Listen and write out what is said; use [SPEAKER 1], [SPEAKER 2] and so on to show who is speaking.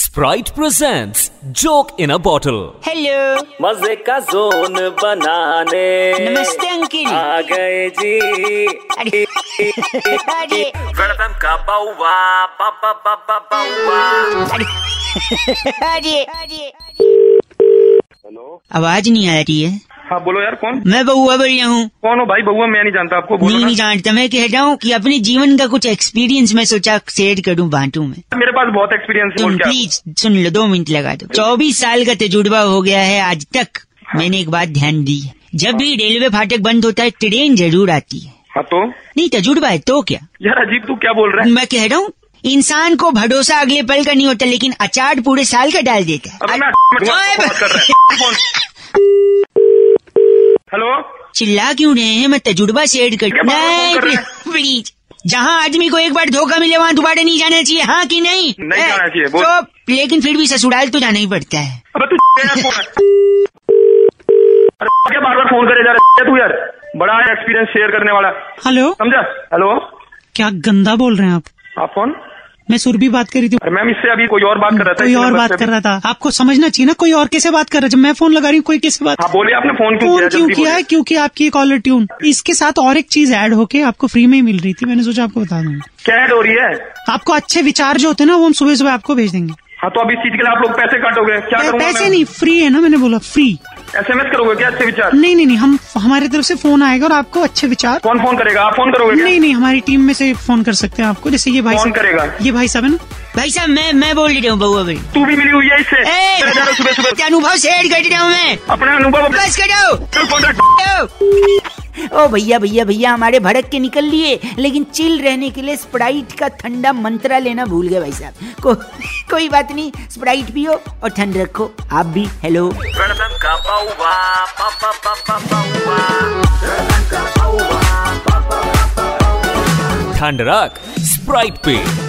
[SPEAKER 1] Sprite presents Joke in a Bottle.
[SPEAKER 2] Hello
[SPEAKER 3] मजे का zone बनाने
[SPEAKER 2] नमस्ते अंकिल
[SPEAKER 3] आ गए जी
[SPEAKER 2] अरे अरे
[SPEAKER 3] वेलकम का बाउवा बाबा बाबा बाउवा
[SPEAKER 2] अरे अरे आवाज नहीं आ रही है
[SPEAKER 4] हाँ बोलो यार कौन
[SPEAKER 2] मैं बउआ बोल रहा हूँ
[SPEAKER 4] कौन हो भाई बहुआ मैं नहीं जानता आपको बोलो
[SPEAKER 2] नहीं
[SPEAKER 4] ना।
[SPEAKER 2] नहीं जानता मैं कह रहा हूँ कि अपने जीवन का कुछ एक्सपीरियंस मैं सोचा शेयर करूँ बांटू में
[SPEAKER 4] मेरे पास बहुत एक्सपीरियंस है
[SPEAKER 2] तुम
[SPEAKER 4] बोल क्या
[SPEAKER 2] प्लीज सुन लो दो मिनट लगा दो चौबीस साल का तजुर्बा हो गया है आज तक
[SPEAKER 4] हाँ।
[SPEAKER 2] मैंने एक बात ध्यान दी है जब भी रेलवे फाटक बंद होता है ट्रेन जरूर आती है
[SPEAKER 4] हाँ तो
[SPEAKER 2] नहीं तजुर्बा है तो क्या
[SPEAKER 4] यार अजीब तू क्या बोल रहा है
[SPEAKER 2] मैं कह रहा हूँ इंसान को भरोसा अगले पल का नहीं होता लेकिन अचार पूरे साल का डाल देता है
[SPEAKER 4] अबे मैं मत-
[SPEAKER 2] ओए,
[SPEAKER 4] बात कर रहा है कौन? हेलो
[SPEAKER 2] चिल्ला क्यों रहे हैं मैं तजुर्बा शेयर कर
[SPEAKER 4] क्या बात
[SPEAKER 2] नहीं
[SPEAKER 4] कर रहे हैं?
[SPEAKER 2] प्लीज- प्लीज जहाँ आदमी को एक बार धोखा मिले वहाँ दोबारा नहीं जाना चाहिए हाँ कि नहीं
[SPEAKER 4] नहीं जाना चाहिए, बोल।
[SPEAKER 2] तो लेकिन फिर भी ससुराल तो जाना ही पड़ता है
[SPEAKER 4] अबे तू यार कौन है? अरे क्या बार बार फोन करे जा रहा है तू यार बड़ा है एक्सपीरियंस शेयर करने वाला
[SPEAKER 5] हेलो
[SPEAKER 4] समझा हेलो
[SPEAKER 5] क्या गंदा बोल रहे हैं आप
[SPEAKER 4] आप कौन
[SPEAKER 5] मैं सुरभि बात कर रही थी
[SPEAKER 4] अरे मैम इससे अभी कोई और बात कर रहा था
[SPEAKER 5] कोई
[SPEAKER 4] इसलिए
[SPEAKER 5] और
[SPEAKER 4] बस
[SPEAKER 5] बात
[SPEAKER 4] अभी-
[SPEAKER 5] कर रहा था आपको समझना चाहिए ना कोई और कैसे बात कर रहा है जब मैं फोन लगा रही हूँ कोई कैसे बात
[SPEAKER 4] हाँ बोलिए आपने फोन क्यों
[SPEAKER 5] फोन
[SPEAKER 4] किया
[SPEAKER 5] क्यों
[SPEAKER 4] जल्दी
[SPEAKER 5] किया है
[SPEAKER 4] बोलिए।
[SPEAKER 5] क्योंकि आपकी कॉलर ट्यून इसके साथ और एक चीज ऐड होके आपको फ्री में ही मिल रही थी मैंने सोचा आपको बता दूंगा
[SPEAKER 4] क्या ऐड हो रही है
[SPEAKER 5] आपको अच्छे विचार जो होते हैं ना वो हम सुबह सुबह आपको भेज देंगे
[SPEAKER 4] हाँ तो अभी इस चीज के लिए आप लोग पैसे काटोगे क्या
[SPEAKER 5] पै-
[SPEAKER 4] करूंगा
[SPEAKER 5] पैसे नहीं फ्री है ना मैंने बोला फ्री
[SPEAKER 4] एसएमएस करोगे क्या अच्छे विचार
[SPEAKER 5] नहीं नहीं नहीं हम हमारे तरफ से फोन आएगा और आपको अच्छे विचार
[SPEAKER 4] कौन फोन करेगा आप फोन करोगे क्या?
[SPEAKER 5] नहीं नहीं हमारी टीम में से फोन कर सकते हैं आपको जैसे ये भाई
[SPEAKER 4] कौन
[SPEAKER 5] साहब-
[SPEAKER 4] करेगा?
[SPEAKER 5] ये भाई साहब है ना
[SPEAKER 2] भाई साहब मैं मैं बोल रही हूँ बउआ भाई
[SPEAKER 4] तू भी मिली हुई है इससे
[SPEAKER 2] ए,
[SPEAKER 4] तेरे जाना सुबह सुबह
[SPEAKER 2] अनुभव शेयर कर रहा हूँ मैं
[SPEAKER 4] अपना अनुभव अपने
[SPEAKER 2] बस करो
[SPEAKER 4] कॉन्ट्रैक्ट
[SPEAKER 2] ओ भैया भैया भैया हमारे भड़क के निकल लिए लेकिन चिल रहने के लिए स्प्राइट का ठंडा मंत्रा लेना भूल गए भाई साहब को, कोई बात नहीं स्प्राइट पियो और ठंड रखो आप भी हेलो
[SPEAKER 3] वेलकम का बाउवा बाबा बाबा बाउवा
[SPEAKER 1] Thandarak Sprite Pay.